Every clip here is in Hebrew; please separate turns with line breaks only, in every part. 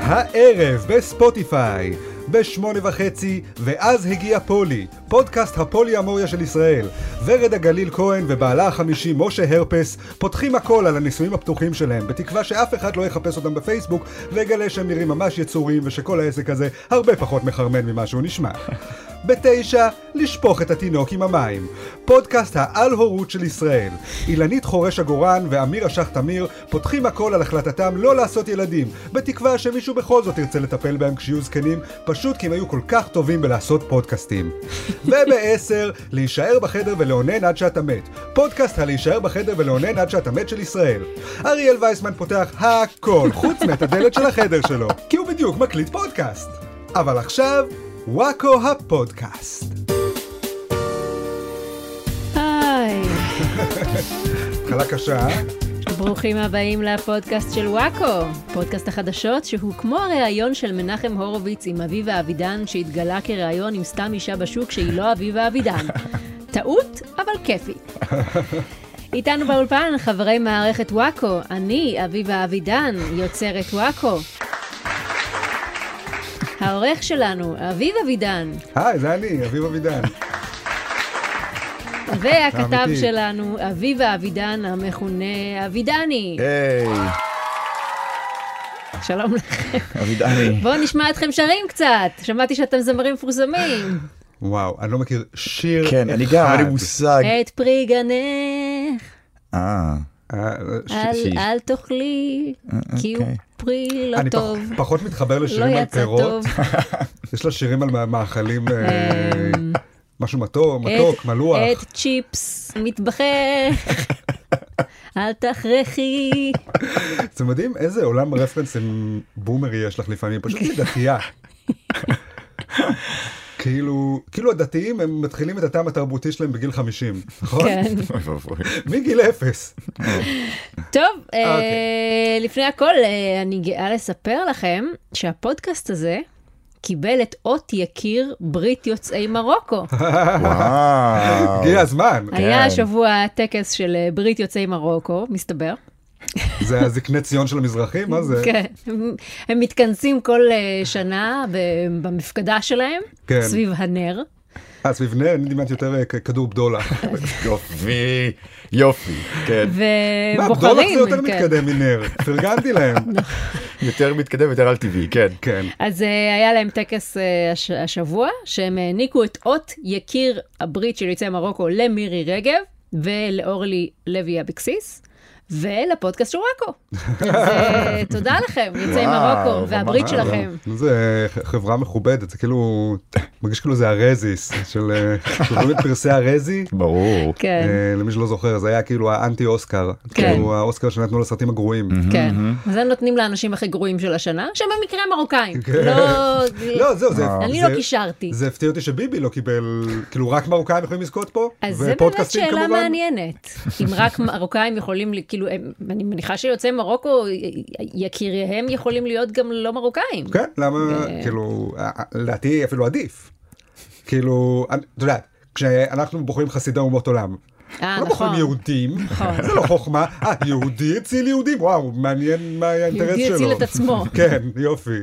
הערב בספוטיפיי, בשמונה וחצי, ואז הגיע פולי, פודקאסט הפולי אמוריה של ישראל. ורד הגליל כהן ובעלה החמישי משה הרפס פותחים הכל על הנישואים הפתוחים שלהם, בתקווה שאף אחד לא יחפש אותם בפייסבוק ויגלה שהם נראים ממש יצורים ושכל העסק הזה הרבה פחות מחרמן ממה שהוא נשמע. בתשע, לשפוך את התינוק עם המים. פודקאסט העל-הורות של ישראל. אילנית חורש הגורן ואמיר אשך תמיר פותחים הכל על החלטתם לא לעשות ילדים, בתקווה שמישהו בכל זאת ירצה לטפל בהם כשיהיו זקנים, פשוט כי הם היו כל כך טובים בלעשות פודקאסטים. ובעשר, להישאר בחדר ולאונן עד שאתה מת. פודקאסט הלהישאר בחדר ולאונן עד שאתה מת של ישראל. אריאל וייסמן פותח הכל, חוץ מאת הדלת של החדר שלו, כי הוא בדיוק מקליט פודקאסט. אבל עכשיו, וואקו הפודקאסט.
היי,
התחלה קשה, אה?
ברוכים הבאים לפודקאסט של וואקו, פודקאסט החדשות שהוא כמו הריאיון של מנחם הורוביץ עם אביבה אבידן שהתגלה כריאיון עם סתם אישה בשוק שהיא לא אביבה אבידן. טעות, אבל כיפי. איתנו באולפן חברי מערכת וואקו, אני אביבה אבידן, יוצרת וואקו. העורך שלנו, אביב אבידן,
היי, זה אני, אביב אבידן.
והכתב
אמיתי.
שלנו, אביבה אבידן, המכונה אבידני.
היי,
שלום לכם.
אבידני.
בואו נשמע אתכם שרים קצת. שמעתי שאתם זמרים מפורסמים.
וואו, אני לא מכיר שיר
כן, אני גם, אין לי מושג.
את פרי גנך,
אה,
אה, ש- אה,
אל-
שיר.
אל תאכלי, כי הוא
אוקיי.
פרי
אני
לא
פח-
טוב.
פחות מתחבר
לא
לשירים על
יצא
פירות,
טוב.
יש לה שירים על מה- מאכלים, אה,
אמ,
משהו מתוק, מתוק,
את-
מלוח.
את צ'יפס מתבחך, אל תכרחי.
זה מדהים איזה עולם רפרנסים בומרי יש לך לפעמים, פשוט היא דתייה. כאילו, כאילו הדתיים הם מתחילים את הטעם התרבותי שלהם בגיל 50, נכון?
כן.
אוי ואבוי.
מגיל אפס.
טוב, אה,
אוקיי.
לפני הכל, אה, אני גאה לספר לכם שהפודקאסט הזה קיבל את אות יקיר ברית יוצאי מרוקו.
אוקיי.
וואו.
הגיע הזמן,
היה
כן.
השבוע טקס של אה, ברית יוצאי מרוקו, מסתבר.
זה הזקני ציון של המזרחים, מה זה?
כן. הם- הם מתכנסים כל אה, שנה ב- במפקדה שלהם,
כן.
סביב הנר.
אה, סביב נר, אני דימנתי יותר אה, כ- כדור בדולה.
יופי, יופי. כן,
מה, בדולה זה
ובוחרים,
יותר
כן. נכון.
מתקדם מנר, פרגנתי להם.
יותר מתקדם, יותר על טבעי, כן.
כן.
אז אה, היה להם טקס אה, הש- השבוע, שהם העניקו את אות יקיר הברית של יוצאי מרוקו למירי רגב ולאורלי לוי אבקסיס. ולפודקאסט של וואקו. אז אה, תודה לכם, יוצאי
וואו,
מרוקו, והברית
ממש.
שלכם.
נו, זה ח- חברה מכובדת, זה כאילו, מרגיש כאילו זה הרזיס, של, אה, שומעים את פרסי הרזי.
ברור.
כן.
אה, למי שלא זוכר, זה היה כאילו האנטי אוסקר,
כן.
כאילו האוסקר שנתנו לסרטים הגרועים.
כן, אז הם נותנים לאנשים הכי גרועים של השנה, שהם במקרה מרוקאים.
כן.
לא,
לא, זהו, זה...
אני
זה-
לא קישרתי.
זה הפתיע אותי שביבי לא קיבל, כאילו רק מרוקאים יכולים לזכות פה,
אז זה באמת
ופודקאסטים
שאלה
כמובן.
מעניינת. אם רק מרוקאים יכולים, ל- כאילו, הם- אני מניחה שיוצאי מרוקו, יקיריהם יכולים להיות גם לא מרוקאים.
כן, למה, כאילו, אה, אה, לדעתי אפילו עדיף. כאילו, אני- אתה יודע, כשאנחנו בוחרים חסידי אומות עולם,
אה,
לא בוחרים
נכון.
יהודים,
נכון.
זה לא חוכמה, אה, יהודי הציל יהודים, וואו, מעניין מה היה האינטרס שלו.
יהודי הציל את עצמו.
כן, יופי.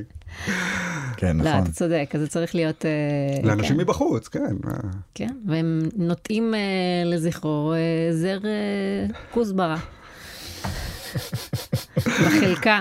כן,
לא,
נכון.
אתה צודק, אז זה צריך להיות... אה,
לאנשים
כן,
מבחוץ, כן. אה,
כן, והם נוטעים אה, לזכרו אה, זר אה, כוסברה. בחלקה.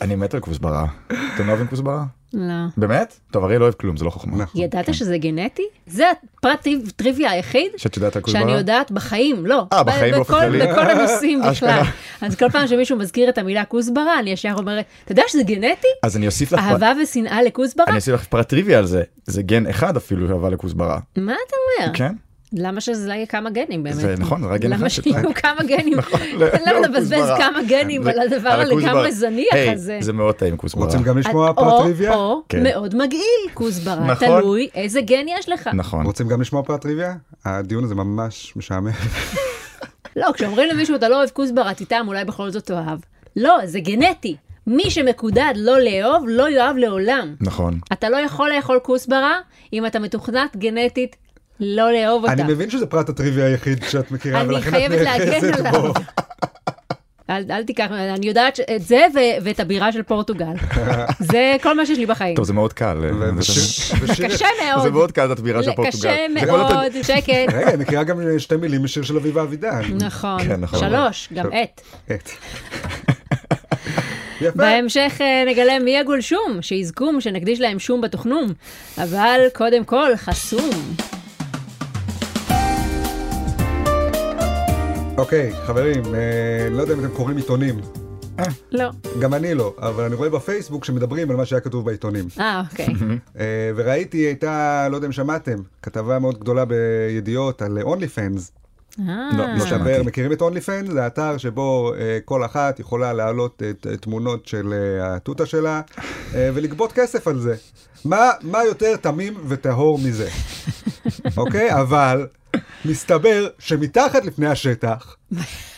אני מת על כוסברה. אתם לא אוהבים כוסברה?
לא.
באמת? טוב, אריה לא אוהב כלום, זה לא חוכמה.
נכון.
ידעת שזה גנטי? זה הפרט טריו- טריוויה היחיד
שאת יודעת על כוסברה?
שאני יודעת בחיים, לא.
אה,
ב-
בחיים באופן
בכל-
כללי?
בכל הנושאים בכלל.
אשכרה.
אז כל פעם שמישהו מזכיר את המילה כוסברה, אני ישר אומרת, אתה יודע שזה גנטי?
אז אני אוסיף לך... פרט-
אהבה ושנאה לכוסברה?
אני אוסיף לך פרט טריוויה על זה. זה גן אחד אפילו שאהבה לכוסברה.
מה אתה אומר?
כן?
למה שזה יהיה כמה גנים באמת?
זה נכון, זה רק גן
למה
אחד
שיהיו
שצריך.
כמה גנים?
לא,
למה
לא,
לבזבז
כוסברה.
כמה גנים על הדבר הלגמרי
הכוסברה.
זניח
היי,
הזה?
זה מאוד טעים כוסברה.
רוצים גם לשמוע פרט
אה, או-
טריוויה?
או
כן.
מאוד מגעיל כוסברה,
נכון.
תלוי איזה גן יש לך.
נכון.
רוצים גם לשמוע פרט טריוויה? הדיון הזה ממש משעמם.
לא, כשאומרים למישהו אתה לא אוהב כוסברה, תטעם, אולי בכל זאת תאהב. לא, זה גנטי. מי שמקודד לא לאהוב, לא יאהב לעולם.
נכון.
אתה לא יכול לאכול כוסברה אם אתה מתוכנת גנטית לא לאהוב אותה.
אני מבין שזה פרט הטריוויה היחיד שאת מכירה,
אני
ולכן את
חייבת להגן
נאחזת
עליו.
בו.
אל, אל תיקח, אני יודעת ש- את זה ו- ואת הבירה של פורטוגל. זה כל מה שיש לי בחיים.
טוב, זה מאוד קל. אה,
ו-
זה-
ושיר- ושיר-
קשה מאוד.
זה מאוד קל, את הבירה של
ל-
פורטוגל.
קשה
זה כל התד-
מאוד, שקט.
רגע, היא מכירה גם שתי מילים משיר של אביבה אבידן.
נכון.
כן, נכון.
שלוש, גם
טוב.
את.
את. יפה.
בהמשך אה, נגלה מי הגולשום, שיזכום, שנקדיש להם שום בתוכנום. אבל קודם כל, חסום.
אוקיי, חברים, אה, לא יודע אם אתם קוראים עיתונים.
לא.
גם אני לא, אבל אני רואה בפייסבוק שמדברים על מה שהיה כתוב בעיתונים.
אה, אוקיי.
אה, וראיתי, הייתה, לא יודע אם שמעתם, כתבה מאוד גדולה בידיעות על אונלי פאנס.
לא,
אה,
לא שמע.
מסתבר,
שמעתי.
מכירים את אונלי פאנס? זה האתר שבו אה, כל אחת יכולה להעלות את- את תמונות של אה, התותה שלה אה, ולגבות כסף על זה. מה מה יותר תמים וטהור מזה? אוקיי? אבל מסתבר שמתחת לפני השטח,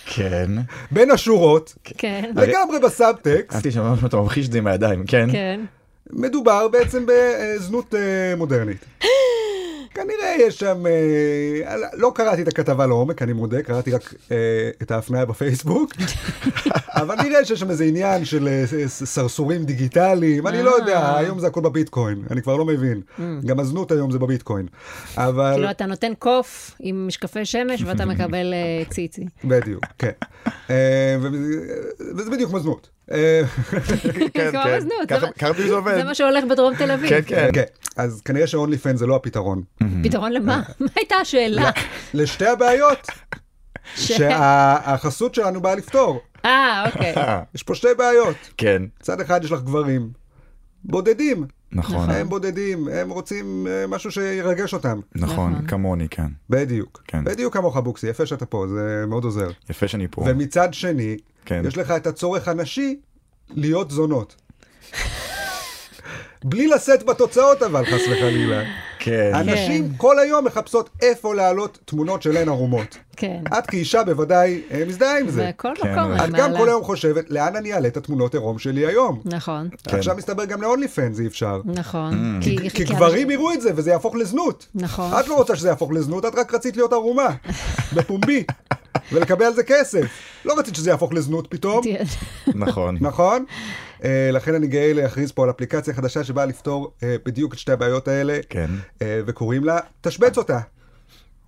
כן.
בין השורות,
כן,
לגמרי בסאבטקסט,
אהבתי שממש אתה ממחיש את זה עם הידיים, כן?
כן.
אה, מדובר בעצם בזנות אה, מודרנית. כנראה יש שם, אה, לא קראתי את הכתבה לעומק, אני מודה, קראתי רק אה, את ההפניה בפייסבוק, אבל נראה שיש שם איזה עניין של אה, ס- ס- סרסורים דיגיטליים, אני לא יודע,
אה. Mm.
היום זה הכל בביטקוין, אני כבר לא מבין. גם הזנות היום זה בביטקוין. אבל,
כאילו, אתה נותן קוף עם משקפי שמש ואתה מקבל אה, ציצי.
בדיוק, כן. אה, וזה וזה בדיוק כמו זנות. אה,
כן,
כמו
כן.
בזנות,
ככה-
זה מה-
ככה בדיוק זה
זה
עובד.
מה שהולך בדרום תל אביב.
כן, כן.
כן, אז כנראה שאונלי פן זה לא הפתרון.
פתרון למה?
אה.
מה הייתה השאלה?
לא. לשתי הבעיות
ש-
שהחסות שלנו באה לפתור.
אה, אוקיי.
אה,
יש פה שתי בעיות.
כן.
מצד אחד יש לך גברים בודדים,
נכון,
הם בודדים, הם רוצים אה, משהו שירגש אותם.
נכון.
נכון, כמוני, כן.
בדיוק.
כן.
בדיוק כמוך בוקסי, יפה שאתה פה, זה מאוד עוזר.
יפה שאני פה.
ומצד שני,
כן.
יש לך את הצורך הנשי להיות זונות. בלי לשאת בתוצאות אבל, חס וחלילה.
כן.
אה, הנשים כל היום מחפשות איפה להעלות תמונות שלהן ערומות.
כן.
את כאישה בוודאי אה, מזדהה עם אה, זה.
בכל
כן,
מקום.
אבל-
את
אני
גם
מעלה.
כל היום חושבת, לאן אני אעלה את התמונות עירום שלי היום?
נכון,
כן.
אה, עכשיו מסתבר גם להונלי פאנס אי אפשר.
נכון.
אה. כי גברים יראו את זה וזה יהפוך לזנות.
נכון.
את לא רוצה שזה יהפוך לזנות, את רק רצית להיות ערומה. בפומבי. ולקבל על זה כסף. לא רצית שזה יהפוך לזנות פתאום,
נכון.
נכון? אה, לכן אני גאה להכריז פה על אפליקציה חדשה שבאה לפתור אה, בדיוק את שתי הבעיות האלה,
כן.
אה, וקוראים לה תשבץ אותה,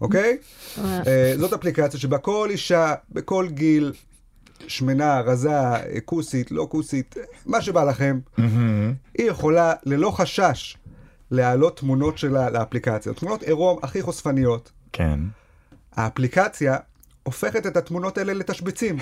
אוקיי? אה, זאת אפליקציה שבה כל אישה, בכל גיל, שמנה, רזה, אה, כוסית, לא כוסית, מה שבא לכם, היא יכולה ללא חשש להעלות תמונות שלה לאפליקציה. תמונות עירום הכי חושפניות.
כן.
האפליקציה הופכת את התמונות האלה לתשבצים.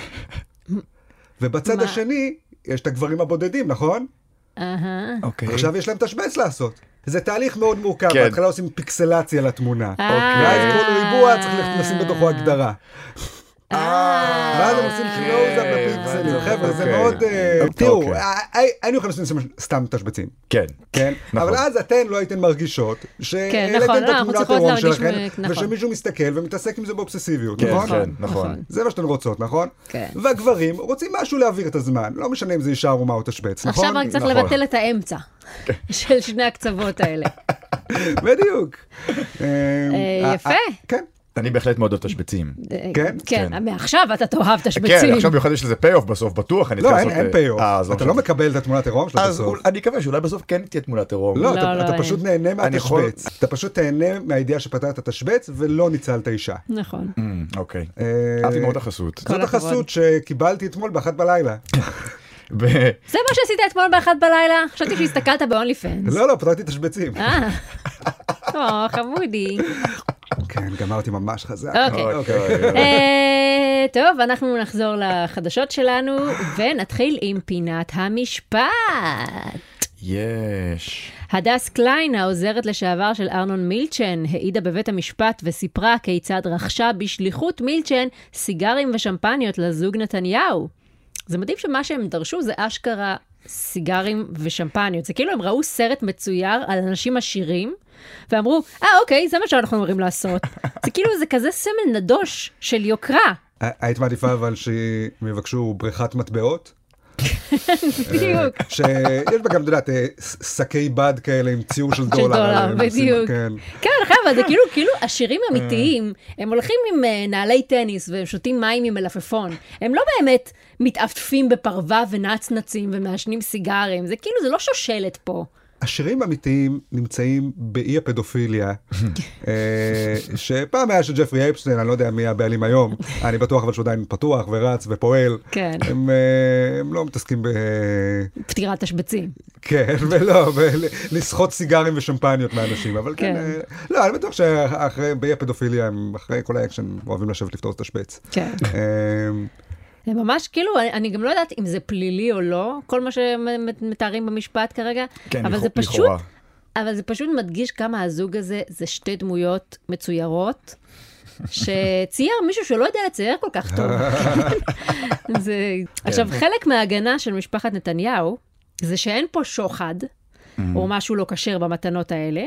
ובצד
מה?
השני, יש את הגברים הבודדים, נכון?
אהה.
אוקיי.
עכשיו יש להם תשבץ לעשות. זה תהליך מאוד מורכב,
כן.
בהתחלה עושים פיקסלציה לתמונה.
אה.
ואז כל ריבוע צריך לשים בתוכו הגדרה.
אה.
ואז הם עושים קלוזאפ
אוקיי,
לפיקסלים,
הבנתי.
חבר'ה, זה
אוקיי.
מאוד... אה,
אוקיי.
תראו,
אוקיי.
אה, אה, היינו יכולים לשים סתם תשבצים,
כן.
כן?
נכון.
אבל אז אתן לא הייתן מרגישות שהעליתן
נכון,
את
לא, אנחנו
התמונת
צריכות
עירום
להרגיש
שלכן,
מ- נכון.
ושמישהו מסתכל ומתעסק עם זה באובססיביות,
כן,
נכון?
כן,
נכון.
נכון.
זה מה שאתן רוצות, נכון?
כן.
והגברים רוצים משהו להעביר את הזמן, לא משנה אם זה אישה ערומה או תשבץ, נכון?
עכשיו רק צריך
נכון.
לבטל את האמצע של שני הקצוות האלה.
בדיוק. אה,
אה,
אה,
יפה.
אה, כן.
אני בהחלט מאוד אוהב תשבצים.
כן?
כן, מעכשיו אתה תאהב
כן,
תשבצים.
עכשיו במיוחד יש לזה פי-אוף בסוף, בטוח. אני
לא,
צריך
אין-
לעשות,
אין
אה,
פי-אוף.
אה, אז
אתה לא
משנה.
מקבל את התמונת עירום שלה
אז
בסוף.
אול- אני מקווה שאולי בסוף כן תהיה תמונת עירום.
לא,
לא,
אתה,
לא,
אתה פשוט נהנה
אני יכול-
מהתשבץ. אתה פשוט תהנה מהידיעה שפתרת תשבץ ולא ניצלת אישה.
נכון.
אמ, אוקיי.
אה,
אהבתי מאוד החסות.
כל
זאת
הכבוד.
החסות שקיבלתי אתמול באחת בלילה.
כן. ב-
זה מה שעשית אתמול באחת בלילה? חשבתי שהסתכלת ב-only fans.
לא, לא, פתרתי תשבצים.
אה, או, חמודי.
כן, גמרתי ממש חזק.
אוקיי. אה, טוב, אנחנו נחזור לחדשות שלנו, ונתחיל עם פינת המשפט.
יש.
הדס קליין, העוזרת לשעבר של ארנון מילצ'ן, העידה בבית המשפט וסיפרה כיצד רכשה בשליחות מילצ'ן סיגרים ושמפניות לזוג נתניהו. זה מדהים שמה שהם דרשו זה אשכרה סיגרים ושמפניות. זה כאילו הם ראו סרט מצויר על אנשים עשירים, ואמרו, אה, אוקיי, זה מה שאנחנו אמורים לעשות. זה כאילו, זה כזה סמל נדוש של יוקרה.
היית מעדיפה אבל שהם יבקשו בריכת מטבעות? אה,
בדיוק.
שיש בה גם, את יודעת, אה, ש- שקי בד כאלה עם ציור של
של
דולר.
דולר,
עליהם, עושים-
בדיוק.
כן.
כן, לך, אבל זה כאילו, כאילו, עשירים
אה.
אמיתיים, הם הולכים עם אה, נעלי טניס והם שותים מים עם מלפפון. הם לא באמת מתעפפים בפרווה ונצנצים ומעשנים סיגרים. זה כאילו, זה לא שושלת פה.
השירים האמיתיים נמצאים באי הפדופיליה, אה, שפעם היה של ג'פרי אפשטיין, אני לא יודע מי הבעלים היום, אני בטוח אבל שהוא עדיין פתוח ורץ ופועל.
כן.
הם, אה, הם לא מתעסקים ב...
פטירת תשבצים.
כן, ולא, ולסחוט סיגרים ושמפניות מאנשים, אבל כן,
כן.
אה, לא, אני בטוח שאחרי, באי הפדופיליה, הם אחרי כל האקשן אוהבים לשבת לפתור את השפץ.
כן.
אה,
זה ממש כאילו, אני- אני גם לא יודעת אם זה פלילי או לא, כל מה שמתארים במשפט כרגע,
כן,
אבל
לכאו-
זה פשוט,
לכאורה.
אבל זה פשוט מדגיש כמה הזוג הזה זה שתי דמויות מצוירות. שצייר מישהו שלא יודע לצייר כל כך טוב. זה... עכשיו, חלק מההגנה של משפחת נתניהו, זה שאין פה שוחד, או משהו לא כשר במתנות האלה,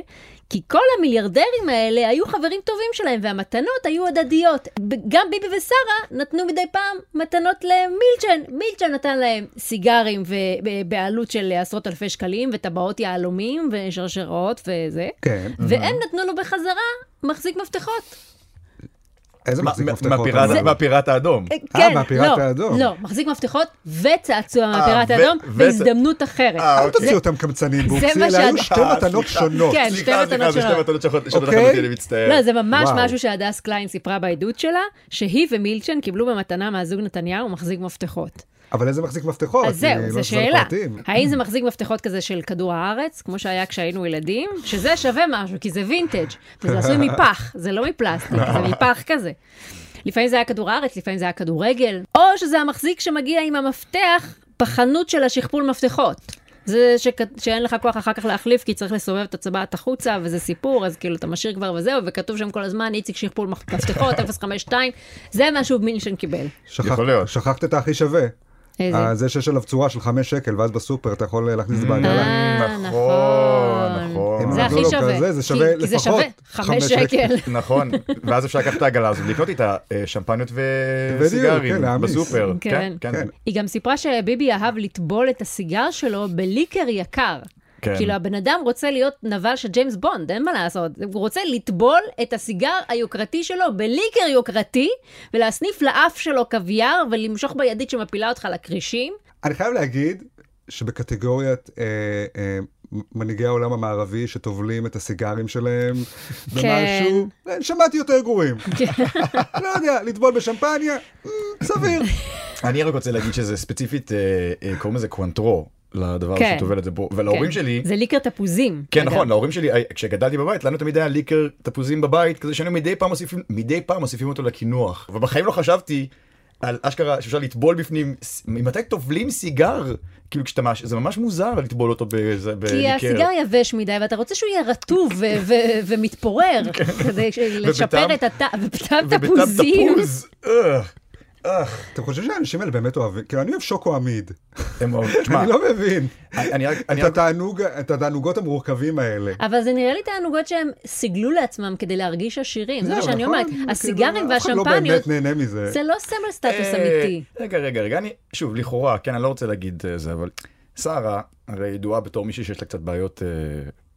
כי כל המיליארדרים האלה היו חברים טובים שלהם, והמתנות היו הדדיות. ב- גם ביבי ושרה נתנו מדי פעם מתנות למילצ'ן. מילצ'ן נתן להם סיגרים ו- ב- בעלות של עשרות אלפי שקלים, וטבעות יהלומים, ושרשראות וזה,
כן,
והם נתנו לו בחזרה מחזיק מפתחות.
איזה
מה-
מחזיק
מה-
מפתחות.
מהפיראט-
אבל-
מהפיראט האדום.
אה,
אה, מהפיראט
לא,
האדום.
לא, מחזיק מפתחות וצעצוע מהפיראט
אה, ו-
האדום,
ו-
בהזדמנות אחרת.
אה,
אל
אוקיי.
תוציאו אותם קמצנים, בוקסי,
מה
אלה היו
שאת-
שתי
אה,
מתנות
סליחה.
שונות.
כן, שתי
סליחה, סליחה,
מתנות
זה שתי
שונות.
מתנות שונות שונות
אוקיי.
לחלוטין, אני מצטער.
לא, זה ממש
וואו.
משהו שהדס קליין סיפרה בעדות שלה, שהיא ומילצ'ן קיבלו במתנה מהזוג נתניהו מחזיק מפתחות.
אבל איזה מחזיק מפתחות?
אז
אני
זהו,
לא
זו
נכנס
שאלה.
לפרטים.
האם זה מחזיק מפתחות כזה של כדור הארץ, כמו שהיה כשהיינו ילדים? שזה שווה משהו, כי זה וינטג', וזה עשוי מפח, זה לא מפלסטיק, זה מפח כזה. לפעמים זה היה כדור הארץ, לפעמים זה היה כדורגל, או שזה המחזיק שמגיע עם המפתח בחנות של השכפול מפתחות. זה שכ- שאין לך כוח אחר כך להחליף, כי צריך לסובב את הטבעת החוצה, וזה סיפור, אז כאילו אתה משאיר כבר וזהו, וכתוב שם כל הזמן, איציק שכפול מפתחות, 052, זה מה שהוא מילשן קיבל.
שכח-
יכול להיות.
שכחת את הכי שווה.
איזה?
אה, זה שיש עליו צורה של חמש שקל, ואז בסופר אתה יכול להכניס את זה בעגלה.
אה,
נכון, נכון.
זה
אם
הכי
נתנו לו
שווה.
כזה, זה
כי-
שווה
כי זה
לפחות
שווה
חמש
חמש
שקל.
שקל.
נכון, ואז אפשר לקחת את העגלה הזאת ולקנות איתה אה, שמפניות
בדיוק,
וסיגרים
כן, להעמיס.
בסופר.
כן.
כן.
היא גם סיפרה שביבי אהב לטבול את הסיגר שלו בליקר יקר.
כן.
כאילו הבן אדם רוצה להיות נבל של ג'יימס בונד, אין מה לעשות. הוא רוצה לטבול את הסיגר היוקרתי שלו בליקר יוקרתי, ולהסניף לאף שלו קוויאר, ולמשוך בידית שמפילה אותך לכרישים.
אני חייב להגיד שבקטגוריית אה, אה, מנהיגי העולם המערבי שטובלים את הסיגרים שלהם
כן.
במשהו, אה, שמעתי יותר גרועים. לא יודע, לטבול בשמפניה, אה, סביר.
אני רק רוצה להגיד שזה ספציפית, אה, אה, קוראים לזה קוונטרו, לדבר
כן.
שטובל את זה פה, ולהורים
כן.
שלי...
זה ליקר תפוזים.
כן
אגב.
נכון להורים שלי אה, כשגדלתי בבית לנו תמיד היה ליקר תפוזים בבית כזה שהיינו מדי פעם מוסיפים מדי פעם מוסיפים אותו לקינוח ובחיים לא חשבתי על אשכרה שאפשר לטבול בפנים ס- ממתי טובלים סיגר כאילו כשאתה מש... זה ממש מוזר לטבול אותו בזה-
כי
בליקר.
הסיגר
כאילו-
יבש מדי, ואתה רוצה שהוא יהיה רטוב ו- ו- ומתפורר,
כן.
כדי ש- לשפר את הטעם, ובטעם
ובטעם
תפוזים.
תפוז. אה, אה,
אתם חושבים שהאנשים האלה באמת אוהבים? כאילו, אני אוהב שוקו עמיד.
הם אוהבים- תשמע,
אני לא מבין.
אני רק- אני
את
רק...
התענוג- את התענוגות המורכבים האלה.
אבל זה נראה לי תענוגות שהם סיגלו לעצמם כדי להרגיש עשירים, זה מה
זהו,
שאני
נכון?
אומרת.
כאילו,
הסיגרים
אף אחד לא
והשמפניות,
באמת נהנה מזה.
זה לא סמל סטטוס
אה,
אמיתי.
רגע, רגע, רגע, אני, שוב, לכאורה, כן, אני לא רוצה להגיד אה, זה, אבל שרה הרי ידועה בתור מישהי שיש לה קצת בעיות אה,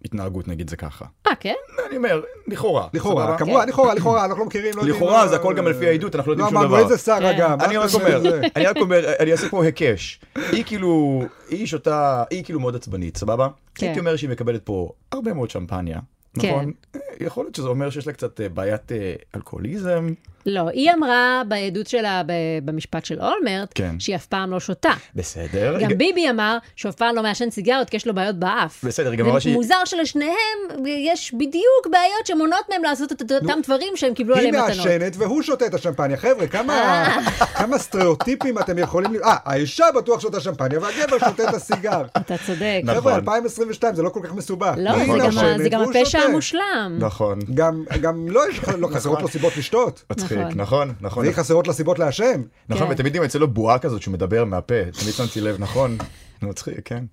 התנהגות, נגיד זה ככה.
אה, כן?
אני אומר, לכאורה.
לכאורה,
סבבה?
כמובן, לכאורה, לכאורה, אנחנו לא מכירים, לא יודעים.
כן. לכאורה,
לא-
זה הכל גם לפי העדות, אנחנו לא יודעים שום
לא
דבר.
אמרנו איזה שרה
כן.
גם. מה
אני רק
אתה עושה
אומר,
את זה?
אני רק אומר, אני אעשה כמו היקש. היא כאילו, היא שותה, היא כאילו מאוד עצבנית, סבבה?
כן.
הייתי אומר שהיא מקבלת פה הרבה מאוד שמפניה,
כן.
נכון? אה, יכול להיות שזה אומר שיש לה קצת אה, בעיית אה, אלכוהוליזם.
לא, היא אמרה בעדות שלה ב- במשפט של אולמרט,
כן.
שהיא אף פעם לא שותה.
בסדר.
גם ביבי אמר שהוא אף פעם לא מעשן סיגריות כי יש לו בעיות באף.
בסדר, גם
זה
אמרה שהיא...
מוזר שלשניהם יש בדיוק בעיות שמונעות מהם לעשות את אותם דברים שהם קיבלו
היא
לא עליהם מתנות. אה.
מעשנת והוא שותה את השמפניה. חבר'ה, כמה כמה סטריאוטיפים אתם יכולים... ל- אה, האישה בטוח שותה שמפניה והגבר שותה את הסיגר.
אתה צודק.
נכון.
חבר'ה, 2022 זה לא כל כך מסובך.
לא,
היא
זה גם ה- זה
מעשנת
גם
והוא
הפשע
שותה.
המושלם.
נכון.
גם- גם לא יש- לא חסרות לו סיבות לשתות,
מצחיק,
נכון.
נכון, נכון.
והיא חסרות לה סיבות לעשן.
נכון,
כן.
ותמיד גם יוצא לו בועה כזאת שהוא מדבר מהפה, תמיד שמתי לב, נכון? זה מצחיק, כן.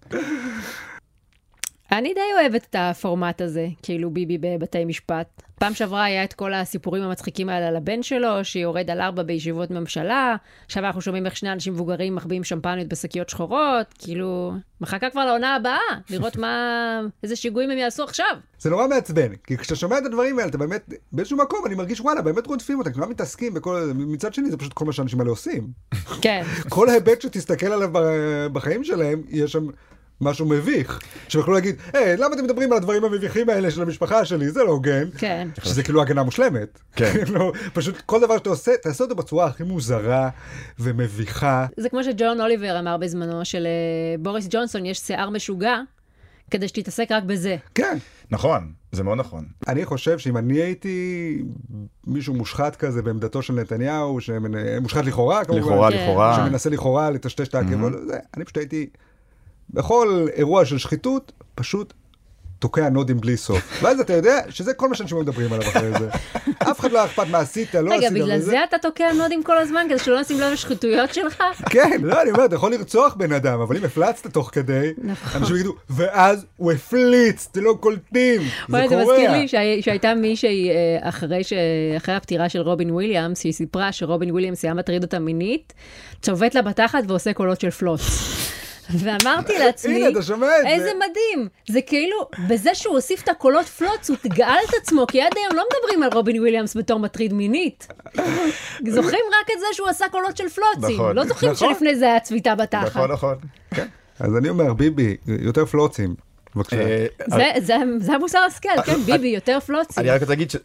אני די אוהבת את הפורמט הזה, כאילו ביבי בבתי משפט. פעם שעברה היה את כל הסיפורים המצחיקים האלה על הבן שלו, שיורד על ארבע בישיבות ממשלה, עכשיו אנחנו שומעים איך שני אנשים מבוגרים מחביאים שמפניות בשקיות שחורות, כאילו, מחכה כבר לעונה הבאה, לראות מה, איזה שיגועים הם יעשו עכשיו.
זה נורא מעצבן, כי כשאתה שומע את הדברים האלה, אתה באמת, באיזשהו מקום אני מרגיש וואלה, באמת רודפים אותם, כולם מתעסקים בכל... מצד שני, זה פשוט כל מה שהאנשים האלה עושים.
כן.
כל היבט שתסתכל עליו ב- בחיים שלהם, יש שם משהו מביך. שהם יכולו להגיד, היי, למה אתם מדברים על הדברים המביכים האלה של המשפחה שלי? זה לא הוגן.
כן.
שזה כאילו הגנה מושלמת.
כן.
כאילו, פשוט כל דבר שאתה עושה, תעשה אותו בצורה הכי מוזרה ומביכה.
זה כמו שג'ון אוליבר אמר בזמנו, שלבוריס ג'ונסון יש שיער משוגע, כדי שתתעסק רק בזה.
כן.
נכון, זה מאוד נכון.
אני חושב שאם אני הייתי מישהו מושחת כזה בעמדתו של נתניהו, שמנ- מושחת לכאורה כמובן,
לכאורה,
כן.
לכאורה.
לא, שמנסה לכאורה לטשטש את העקבות, זה, אני פשוט הייתי בכל אירוע של שחיתות, פשוט תוקע נודים בלי סוף. ואז אתה יודע שזה כל מה שאנשים מדברים עליו אחרי זה. אף אחד לא היה אכפת מה עשית, לא עשית.
רגע, בגלל
וזה-
זה אתה תוקע נודים כל הזמן, כדי שלא נשים לב לשחיתויות שלך?
כן, לא, אני אומר, אתה יכול לרצוח בן אדם, אבל אם הפלצת תוך כדי,
נכון.
אנשים יגידו, ואז הוא הפליץ, אתם לא קולטים, זה קורה.
וואי, זה מזכיר לי שהי- שהייתה מישהי אה, אחרי ש- אחרי הפטירה של רובין וויליאמס, שהיא סיפרה שרובין וויליאמס היה מטריד אותה מינית, צובט לה בתחת ועושה קולות של פלוץ. ואמרתי לעצמי,
הנה, אתה שומע את זה.
איזה מדהים, זה כאילו, בזה שהוא הוסיף את הקולות פלוץ, הוא תגאל את עצמו, כי עד היום לא מדברים על רובין וויליאמס בתור מטריד מינית. זוכרים רק את זה שהוא עשה קולות של פלוצים,
נכון,
לא זוכרים
נכון.
שלפני זה היה צביטה בתחת.
נכון, נכון. כן.
אז אני אומר, ביבי, יותר פלוצים. בבקשה.
אה,
זה- זה- זה המוסר השכל, כן, ביבי, יותר פלוצים.
אני רק רוצה להגיד ש...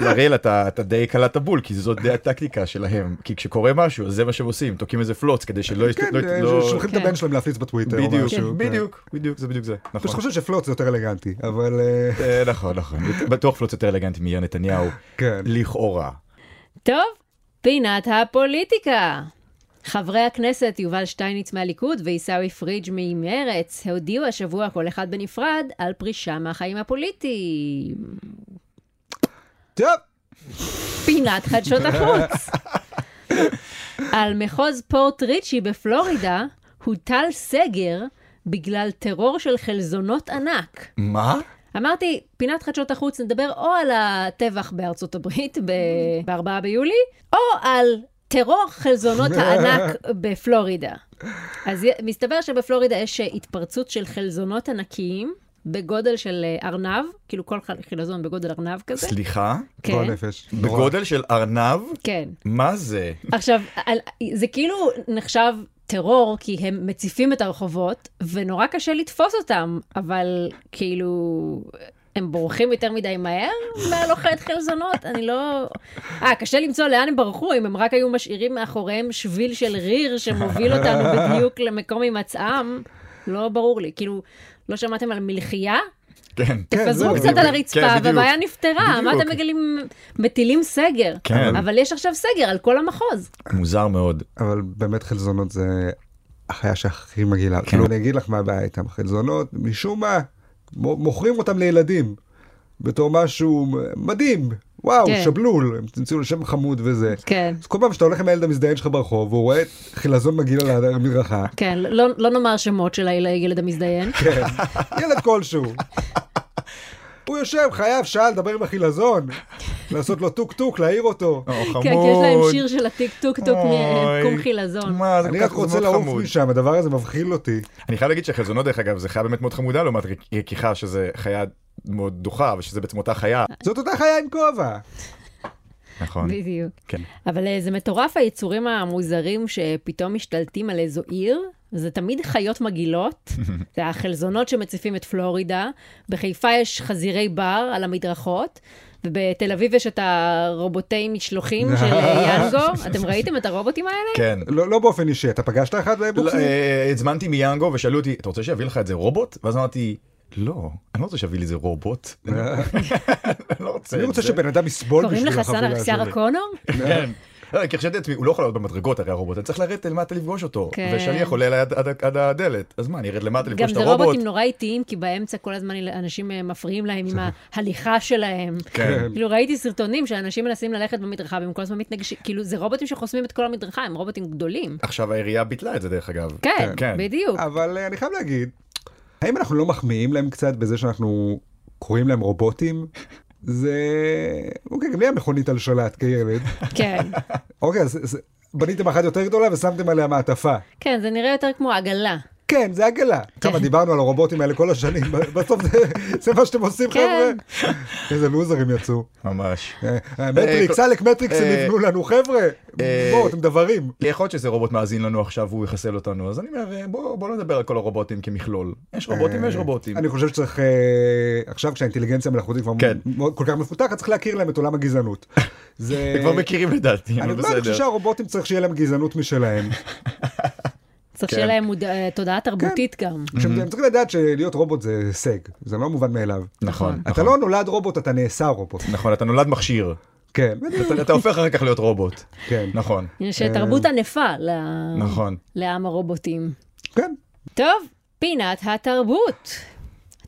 אריאל, אתה, אתה די קלעת בול, כי זאת די הטקטיקה שלהם. כי כשקורה משהו, אז זה מה שהם עושים, תוקעים איזה פלוץ כדי שלא... יש-
כן,
לא,
אה,
לא...
שולחים את
כן.
הבן שלהם להפליץ בטוויטר. או
בדיוק,
משהו, כן.
בדיוק, בדיוק, זה בדיוק זה.
אני פשוט
נכון.
חושב שפלוץ זה יותר אלגנטי, אבל... אה,
אה, נכון, נכון. בטוח פלוץ יותר אלגנטי מיאיר נתניהו.
כן.
לכאורה.
טוב, פינת הפוליטיקה. חברי הכנסת יובל שטייניץ מהליכוד ועיסאווי פריג' ממרץ הודיעו השבוע כל אחד בנפרד על פרישה מהחיים הפוליטיים.
טוב,
פינת חדשות החוץ. על מחוז פורט ריצ'י בפלורידה הוטל סגר בגלל טרור של חלזונות ענק.
מה?
אמרתי, פינת חדשות החוץ נדבר או על הטבח בארצות הברית ב-4 ביולי, או על טרור חלזונות הענק בפלורידה. אז י- מסתבר שבפלורידה יש אה, התפרצות של חלזונות ענקיים בגודל של אה, ארנב, כאילו כל חל- חלזון בגודל ארנב כזה.
סליחה?
גועל
כן,
נפש. נורא.
בגודל של ארנב?
כן.
מה זה?
עכשיו, על- זה כאילו נחשב טרור, כי הם מציפים את הרחובות, ונורא קשה לתפוס אותם, אבל כאילו... הם בורחים יותר מדי מהר מהלוחת חלזונות? אני לא... אה, קשה למצוא לאן הם ברחו, אם הם רק היו משאירים מאחוריהם שביל של ריר שמוביל אותנו בדיוק למקום הימצאם, לא ברור לי. כאילו, לא שמעתם על מלחייה?
כן.
כן,
תפזרו
זהו,
קצת על
בדיוק.
הרצפה,
כן, בדיוק.
והבעיה נפתרה. מה
בדיוק.
אתם מגלים? מטילים סגר.
כן.
אבל יש עכשיו סגר על כל המחוז.
מוזר מאוד.
אבל באמת חלזונות זה החיה שהכי מגעילה. כאילו, אני אגיד לך מה הבעיה איתם. חלזונות, משום מה, מ- מוכרים אותם לילדים. בתור משהו מדהים. וואו,
כן.
שבלול. הם המציאו לו שם חמוד וזה.
כן.
אז כל פעם שאתה הולך עם הילד המזדיין שלך ברחוב, והוא רואה חילזון מגעיל על המדרכה,
כן, לא, לא נאמר שמות של הילד- הילד המזדיין.
כן, ילד כלשהו. הוא יושב, חייב שעה לדבר עם החילזון, לעשות לו טוק-טוק, להעיר אותו.
או, חמוד.
כן, כי יש להם שיר של הטיק טוק טוק
אוי.
מקום חילזון.
מה, זה
אני
כל
רק
כך- זה
רוצה
מאוד
לעוף
חמוד.
משם, הדבר הזה מבחיל אותי.
אני חייב להגיד שחלזונות, דרך אגב, זה חיה באמת מאוד חמודה לעומת ריק- רכיחה, שזה חיה מאוד דוחה, ושזה בעצם אותה חיה.
זאת אותה חיה עם כובע.
נכון.
בדיוק.
כן.
אבל אה, זה מטורף היצורים המוזרים שפתאום משתלטים על איזו עיר. זה תמיד חיות מגעילות, זה החלזונות שמציפים את פלורידה, בחיפה יש חזירי בר על המדרכות, ובתל אביב יש את הרובוטי משלוחים של אה, יאנגו, אתם ראיתם את הרובוטים האלה?
כן.
לא לא באופן אישי, אתה פגשת אחד מהם
אוקיי.
לא,
בוקסים?
אה, הזמנתי מיאנגו ושאלו אותי, אתה רוצה שיביא לך את זה רובוט? ואז אמרתי, לא, אני לא רוצה שיביא לי את זה רובוט. אני לא רוצה
אני
את
רוצה
אה, זה.
שבן אדם יסבול
קוראים
בשביל
לך
החבילה
שרה- שרה
הזאת.
קונור?
כן. לא, כי חשבתי לעצמי, הוא לא יכול לעלות במדרגות הרי הרובוט, אני צריך לרדת למטה לפגוש אותו.
כן.
ושליח עולה אליי עד- עד- עד הדלת, אז מה, אני ארד למטה
גם
לפגוש את
זה
הרובוט?
רובוטים נורא איטיים, כי באמצע כל הזמן אנשים אה, מפריעים להם עם ההליכה שלהם.
כן.
כאילו ראיתי סרטונים שאנשים מנסים ללכת במדרכה והם כל הזמן מתנגשים, כאילו זה רובוטים שחוסמים את כל המדרכה, הם רובוטים גדולים.
עכשיו העירייה ביטלה את זה דרך אגב.
כן, בדיוק.
אבל אה, אני חייב להגיד, האם אנחנו לא מחמיאים להם קצת בזה שאנחנו קוראים להם רובוטים? זה... אוקיי, גם לי היה מכונית על שלט כילד.
כן.
אוקיי, אז אז בניתם אחת יותר גדולה ושמתם עליה מעטפה.
כן, זה נראה יותר כמו עגלה.
כן, זה עגלה. כמה דיברנו על הרובוטים האלה כל השנים, בסוף זה, זה מה שאתם עושים,
כן.
חבר'ה. איזה לוזרים יצאו.
ממש.
אה, מטריקס,
אה,
עלק מטריקס הם
אה,
יבנו לנו, חבר'ה.
אה,
בואו, אתם דברים.
יכול להיות שזה רובוט מאזין לנו עכשיו והוא יחסל אותנו, אז אני אומר, בוא, בוא לא נדבר על כל הרובוטים כמכלול. יש רובוטים ויש רובוטים.
אני חושב שצריך, אה, עכשיו כשהאינטליגנציה המלאכותית כבר
כן.
מאוד- כל כך מפותחת, צריך להכיר להם את עולם הגזענות. זה...
הם כבר מכירים לדעתי,
אני
אבל
לא אני חושב
בסדר.
שהרובוטים צריך שיהיה להם גזענות משלהם.
צריך
כן.
שיהיה להם מודע- אה, תודעה תרבותית גם.
עכשיו, הם צריכים לדעת שלהיות רובוט זה הישג, זה לא מובן מאליו.
נכון,
אתה
נכון.
לא נולד רובוט, אתה נעשה רובוט.
נכון, אתה נולד מכשיר.
כן,
אתה- אתה הופך אחר כך להיות רובוט.
כן,
נכון,
יש תרבות ענפה ל-
נכון.
לעם הרובוטים.
כן.
טוב, פינת התרבות.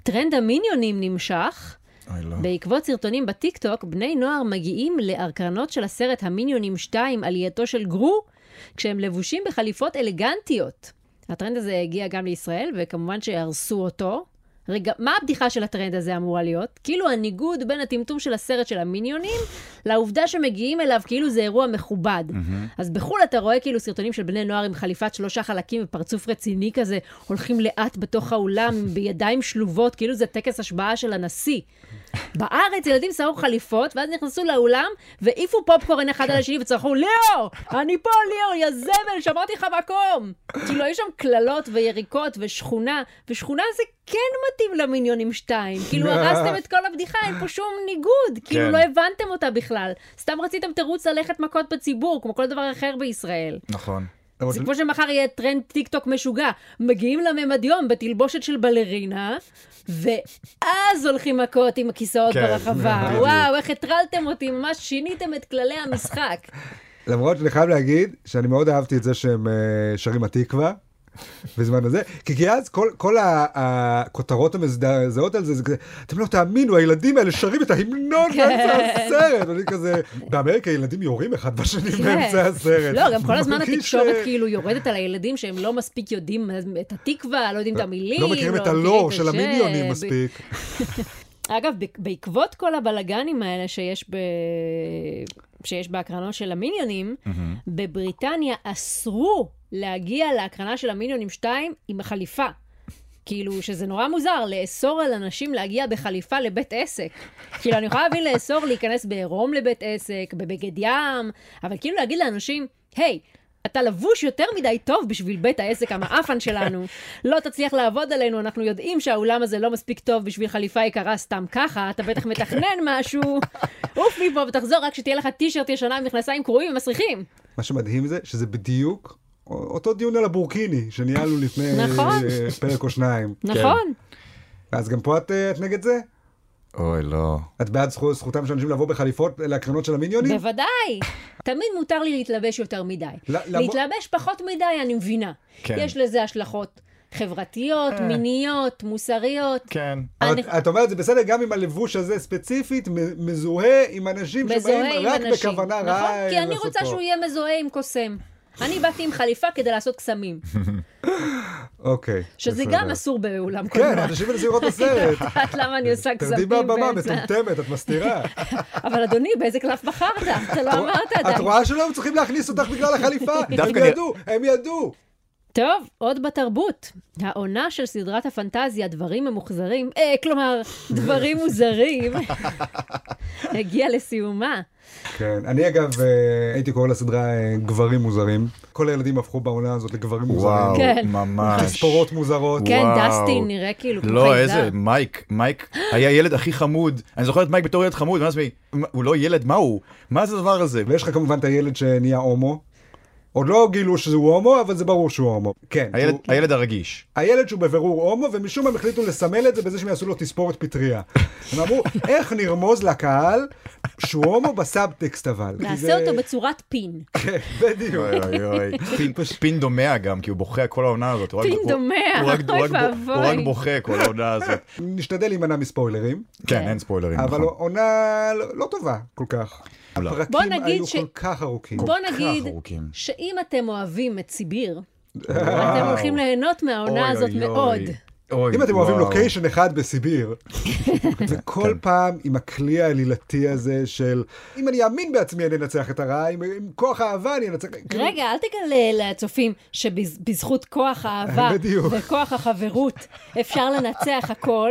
טרנד המיניונים נמשך.
אוי, לא.
בעקבות סרטונים בטיקטוק, בני נוער מגיעים להקרנות של הסרט המיניונים 2, עלייתו של גרו, כשהם לבושים בחליפות אלגנטיות. הטרנד הזה הגיע גם לישראל, וכמובן שהרסו אותו. רגע, מה הבדיחה של הטרנד הזה אמורה להיות? כאילו הניגוד בין הטמטום של הסרט של המיניונים לעובדה שמגיעים אליו כאילו זה אירוע מכובד. אז בחו"ל אתה רואה כאילו סרטונים של בני נוער עם חליפת שלושה חלקים ופרצוף רציני כזה, הולכים לאט בתוך האולם בידיים שלובות, כאילו זה טקס השבעה של הנשיא. בארץ ילדים שמו חליפות, ואז נכנסו לאולם, והעיפו פופקורן אחד על השני וצרחו, ליאו, אני פה, ליאו, יא זבל, שמרתי לך מקום. כאילו, היו שם קללות ויריקות ושכונה, ושכונה זה כן מתאים למיניונים 2. כאילו, הרסתם את כל הבדיחה, אין פה שום ניגוד. כאילו,
כן.
לא הבנתם אותה בכלל. סתם רציתם תירוץ ללכת מכות בציבור, כמו כל דבר אחר בישראל.
נכון.
אבל-
זה כמו שמחר יהיה טרנד טיק טוק משוגע. מגיעים לממדיון בתלבושת של בלרינה, ואז הולכים מכות עם הכיסאות
כן,
ברחבה.
בדיוק.
וואו, איך הטרלתם אותי, ממש שיניתם את כללי המשחק.
למרות שאני חייב להגיד שאני מאוד אהבתי את זה שהם אה, שרים התקווה. בזמן הזה, כי כי אז כל, כל ה- הכותרות המזדעזעות על זה, זה כזה, אתם לא תאמינו, הילדים האלה שרים את ההמנון
כן.
באמצע הסרט, אני כזה, באמריקה ילדים יורים אחד בשני
כן.
באמצע הסרט.
לא, גם כל הזמן
מרגיש,
התקשורת
אה,
כאילו יורדת על הילדים שהם לא מספיק יודעים את התקווה, לא יודעים את המילים.
לא מכירים את הלור של
השם.
המיניונים
ב-
מספיק.
אגב, ב- בעקבות כל הבלגנים האלה שיש ב... שיש בהקרנות של המיניונים, בבריטניה אסרו להגיע להקרנה של המיניונים 2 עם החליפה. כאילו, שזה נורא מוזר, לאסור על אנשים להגיע בחליפה לבית עסק. כאילו, אני יכולה להבין לאסור להיכנס בעירום לבית עסק, בבגד ים, אבל כאילו להגיד לאנשים, היי, אתה לבוש יותר מדי טוב בשביל בית העסק המעפן שלנו. לא תצליח לעבוד עלינו, אנחנו יודעים שהאולם הזה לא מספיק טוב בשביל חליפה יקרה סתם ככה, אתה בטח מתכנן משהו. עוף מפה ותחזור רק שתהיה לך טישרט ישנה עם מכנסיים קרועים ומסריחים.
מה שמדהים זה שזה בדיוק אותו דיון על הבורקיני שניהלנו לפני אה,
נכון.
פרק או שניים.
נכון?
אז גם פה את, אה, את נגד זה?
אוי, לא.
את בעד זכו- זכותם של אנשים לבוא בחליפות להקרנות של המיניונים?
בוודאי. תמיד מותר לי להתלבש יותר מדי.
למה-
להתלבש פחות מדי, אני מבינה.
כן.
יש לזה השלכות חברתיות,
אה.
מיניות, מוסריות.
כן.
אבל
אני-
את- את אומרת זה בסדר גם אם הלבוש הזה ספציפית מ- מזוהה עם אנשים
מזוהה
שבאים
עם
רק
אנשים.
בכוונה רעה
נכון? כי
אה,
אני
לעשות
רוצה
פה.
שהוא יהיה מזוהה עם קוסם. אני באתי עם חליפה כדי לעשות קסמים,
אוקיי.
שזה
בסדר.
גם אסור
כן,
באולם קולנוע.
האנשים האלה לראות את הסרט.
יודעת למה אני עושה
תרדי
קסמים
מהבמה,
באמצע.
מטומטמת, את מסתירה.
אבל אדוני, באיזה קלף בחרת? אתה לא אמרת
את
עדיין.
רואה שלא, הם צריכים להכניס אותך בגלל החליפה. הם
דווקא נראה-
ידעו, הם ידעו.
טוב, עוד בתרבות. העונה של סדרת הפנטזיה, דברים ממוחזרים, אה, כלומר, דברים מוזרים, הגיעה לסיומה.
כן, אני אגב אה, הייתי קורא לסדרה אה, גברים מוזרים. כל הילדים הפכו בעונה הזאת לגברים
וואו,
מוזרים.
כן.
ממש.
תספורות מוזרות.
כן,
וואו.
דסטין נראה כאילו כמו
לא,
חייזר.
איזה, מייק, מייק היה ילד הכי חמוד. אני זוכר את מייק בתור ילד חמוד, ואני לעצמי, "מה, הוא לא ילד, מה הוא? מה זה הדבר הזה?
ויש לך כמובן את הילד שנהיה הומו. עוד לא גילו שהוא הומו, אבל זה ברור שהוא הומו. כן,
הילד-
הוא-
הילד הרגיש.
הילד שהוא בבירור הומו, ומשום מה הם החליטו לסמל את זה בזה שהם יעשו לו תספורת פטריה. הם אמרו, איך נרמוז לקהל שהוא הומו בסאבטקסט אבל. כי
נעשה
זה-
אותו בצורת פין.
כן, בדיוק.
אוי אוי אוי. פין- פין דומע גם, כי הוא בוכה כל העונה הזאת. הוא רק-
פין
הוא-
דומע,
הוא רק- הוא
אוי
רק בו-
ואבוי.
הוא רק בוכה כל העונה הזאת.
נשתדל להימנע מספוילרים,
כן, אין ספוילרים,
אבל
נכון.
עונה לא- לא טובה כל כך.
לא.
בוא
הפרקים
נגיד
היו
ש-
כל כך ארוכים.
בוא
כך
נגיד
ארוכים.
שאם אתם אוהבים את סיביר, אתם הולכים ליהנות מהעונה
אוי,
הזאת
אוי,
מאוד.
אוי. אוי,
אם אתם אוהבים
וואו.
לוקיישן אחד בסיביר, וכל פעם עם הכלי העלילתי הזה של אם אני אאמין בעצמי אני אנצח את הרע, אם עם כוח האהבה אני אנצח... כאילו,
רגע, אל תגלה לצופים שבזכות כוח האהבה
בדיוק.
וכוח החברות אפשר לנצח הכל.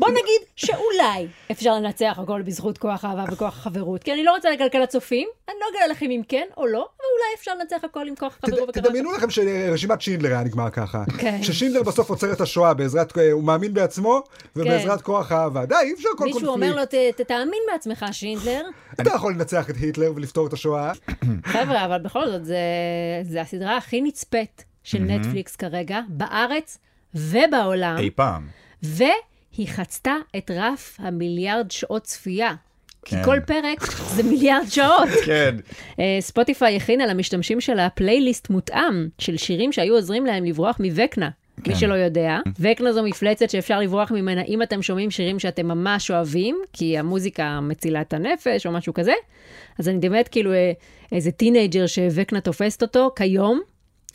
בוא נגיד שאולי אפשר לנצח הכל בזכות כוח האהבה וכוח החברות, כי אני לא רוצה לקלקל לצופים, אני לא אגלה לכם אם כן או לא, אבל אולי אפשר לנצח הכל עם כוח החברות.
תד-
וכוח-
תדמיינו לכם שרשימת שינדלר היה נגמר ככה.
כן.
ששינדלר בסוף עוצר את השואה בעזרת, אה, הוא מאמין בעצמו, ובעזרת כוח האהבה. די, אי אפשר כל קונפליקט.
כן. מישהו אומר לו, "ת- ת- תאמין בעצמך, שינדלר.
אתה יכול לנצח את היטלר ולפתור את השואה.
חבר'ה, אבל בכל זאת, זה, זה הסדרה הכי נצפית של נטפליקס כרגע, בארץ ובעולם,
אי פעם.
והיא חצתה את רף המיליארד שעות צפייה. כי
כן.
כל פרק זה מיליארד שעות.
כן.
אה, ספוטיפיי הכינה למשתמשים שלה פלייליסט מותאם של שירים שהיו עוזרים להם לברוח מווקנה. מי שלא יודע, וקנה זו מפלצת שאפשר לברוח ממנה אם אתם שומעים שירים שאתם ממש אוהבים, כי המוזיקה מצילה את הנפש או משהו כזה. אז אני באמת כאילו אה, איזה טינג'ר שווקנה תופסת אותו כיום,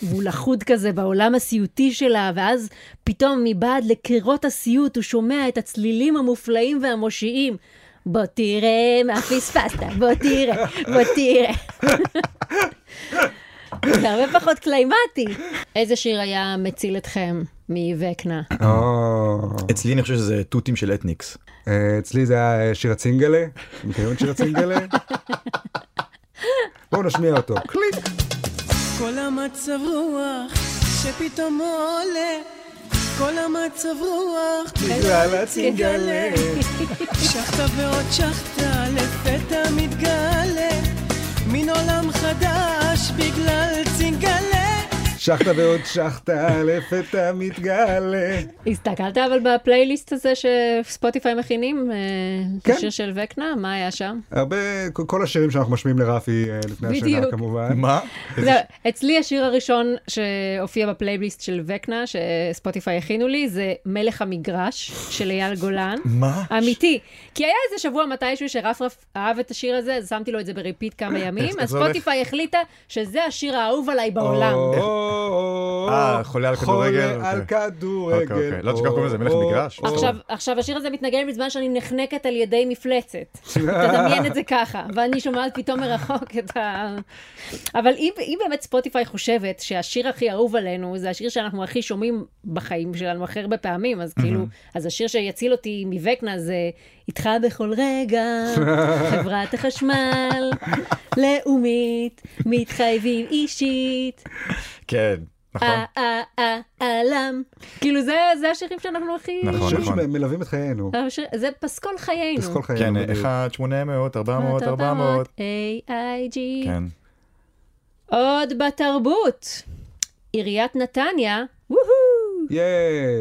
והוא לחוד כזה בעולם הסיוטי שלה, ואז פתאום מבעד לקירות הסיוט הוא שומע את הצלילים המופלאים והמושיעים. בוא תראה מה פספסת, בוא תראה, בוא תראה. זה הרבה פחות קליימטי. איזה שיר היה מציל אתכם מווקנה?
אצלי אני חושב שזה תותים של אתניקס.
אה, אצלי זה היה אה, שיר הצינגלה, מכירים את שיר הצינגלה? בואו נשמיע אותו. קליק.
כל המצב רוח שפתאום עולה כל המצב רוח
בגלל הצינגלה.
שחת ועוד שחת לפתע מתגלה מין עולם חדש בגלל צינגלה
שחת ועוד שחת, לפתע מתגלה.
הסתכלת אבל בפלייליסט הזה שספוטיפיי מכינים? אה,
כן.
לשיר של וקנה? מה היה שם?
הרבה, כל- כל השירים שאנחנו משמיעים לרפי אה, לפני השינה
בדיוק.
כמובן.
מה?
זהו, לא, אצלי השיר הראשון שהופיע בפלייליסט של וקנה, שספוטיפיי הכינו לי, זה מלך המגרש של אייל גולן.
מה?
אמיתי. כי היה איזה שבוע מתישהו שרפרף אהב את השיר הזה, אז שמתי לו את זה בריפיט כמה ימים, אז
איך זה הולך?
ספוטיפיי החליטה שזה השיר האהוב עליי בעולם.
או, או,
אה, חולה על כדורגל?
חולה על
אוקיי.
כדורגל.
אוקיי, אוקיי. לא,
או,
שכך קוראים לזה, מלך
או,
מגרש.
או.
עכשיו, עכשיו, השיר הזה מתנגן בזמן שאני נחנקת על ידי מפלצת. תדמיין את זה ככה, ואני שומעת פתאום מרחוק את ה... אבל אם, אם באמת ספוטיפיי חושבת שהשיר הכי אהוב עלינו, זה השיר שאנחנו הכי שומעים בחיים שלנו הכי הרבה פעמים, אז כאילו, אז השיר שיציל אותי מווקנה זה איתך בכל רגע, חברת החשמל, לאומית, מתחייבים אישית,
כן, נכון.
אה אה אה אהלם. כאילו, זה, זה השירים שאנחנו הכי...
נכון.
שירים שמלווים את חיינו.
השיר- זה פסקול חיינו.
פסקול חיינו.
כן,
בדיוק.
1, 800, 400, 400.
AIG.
כן.
עוד בתרבות. עיריית נתניה, וואו,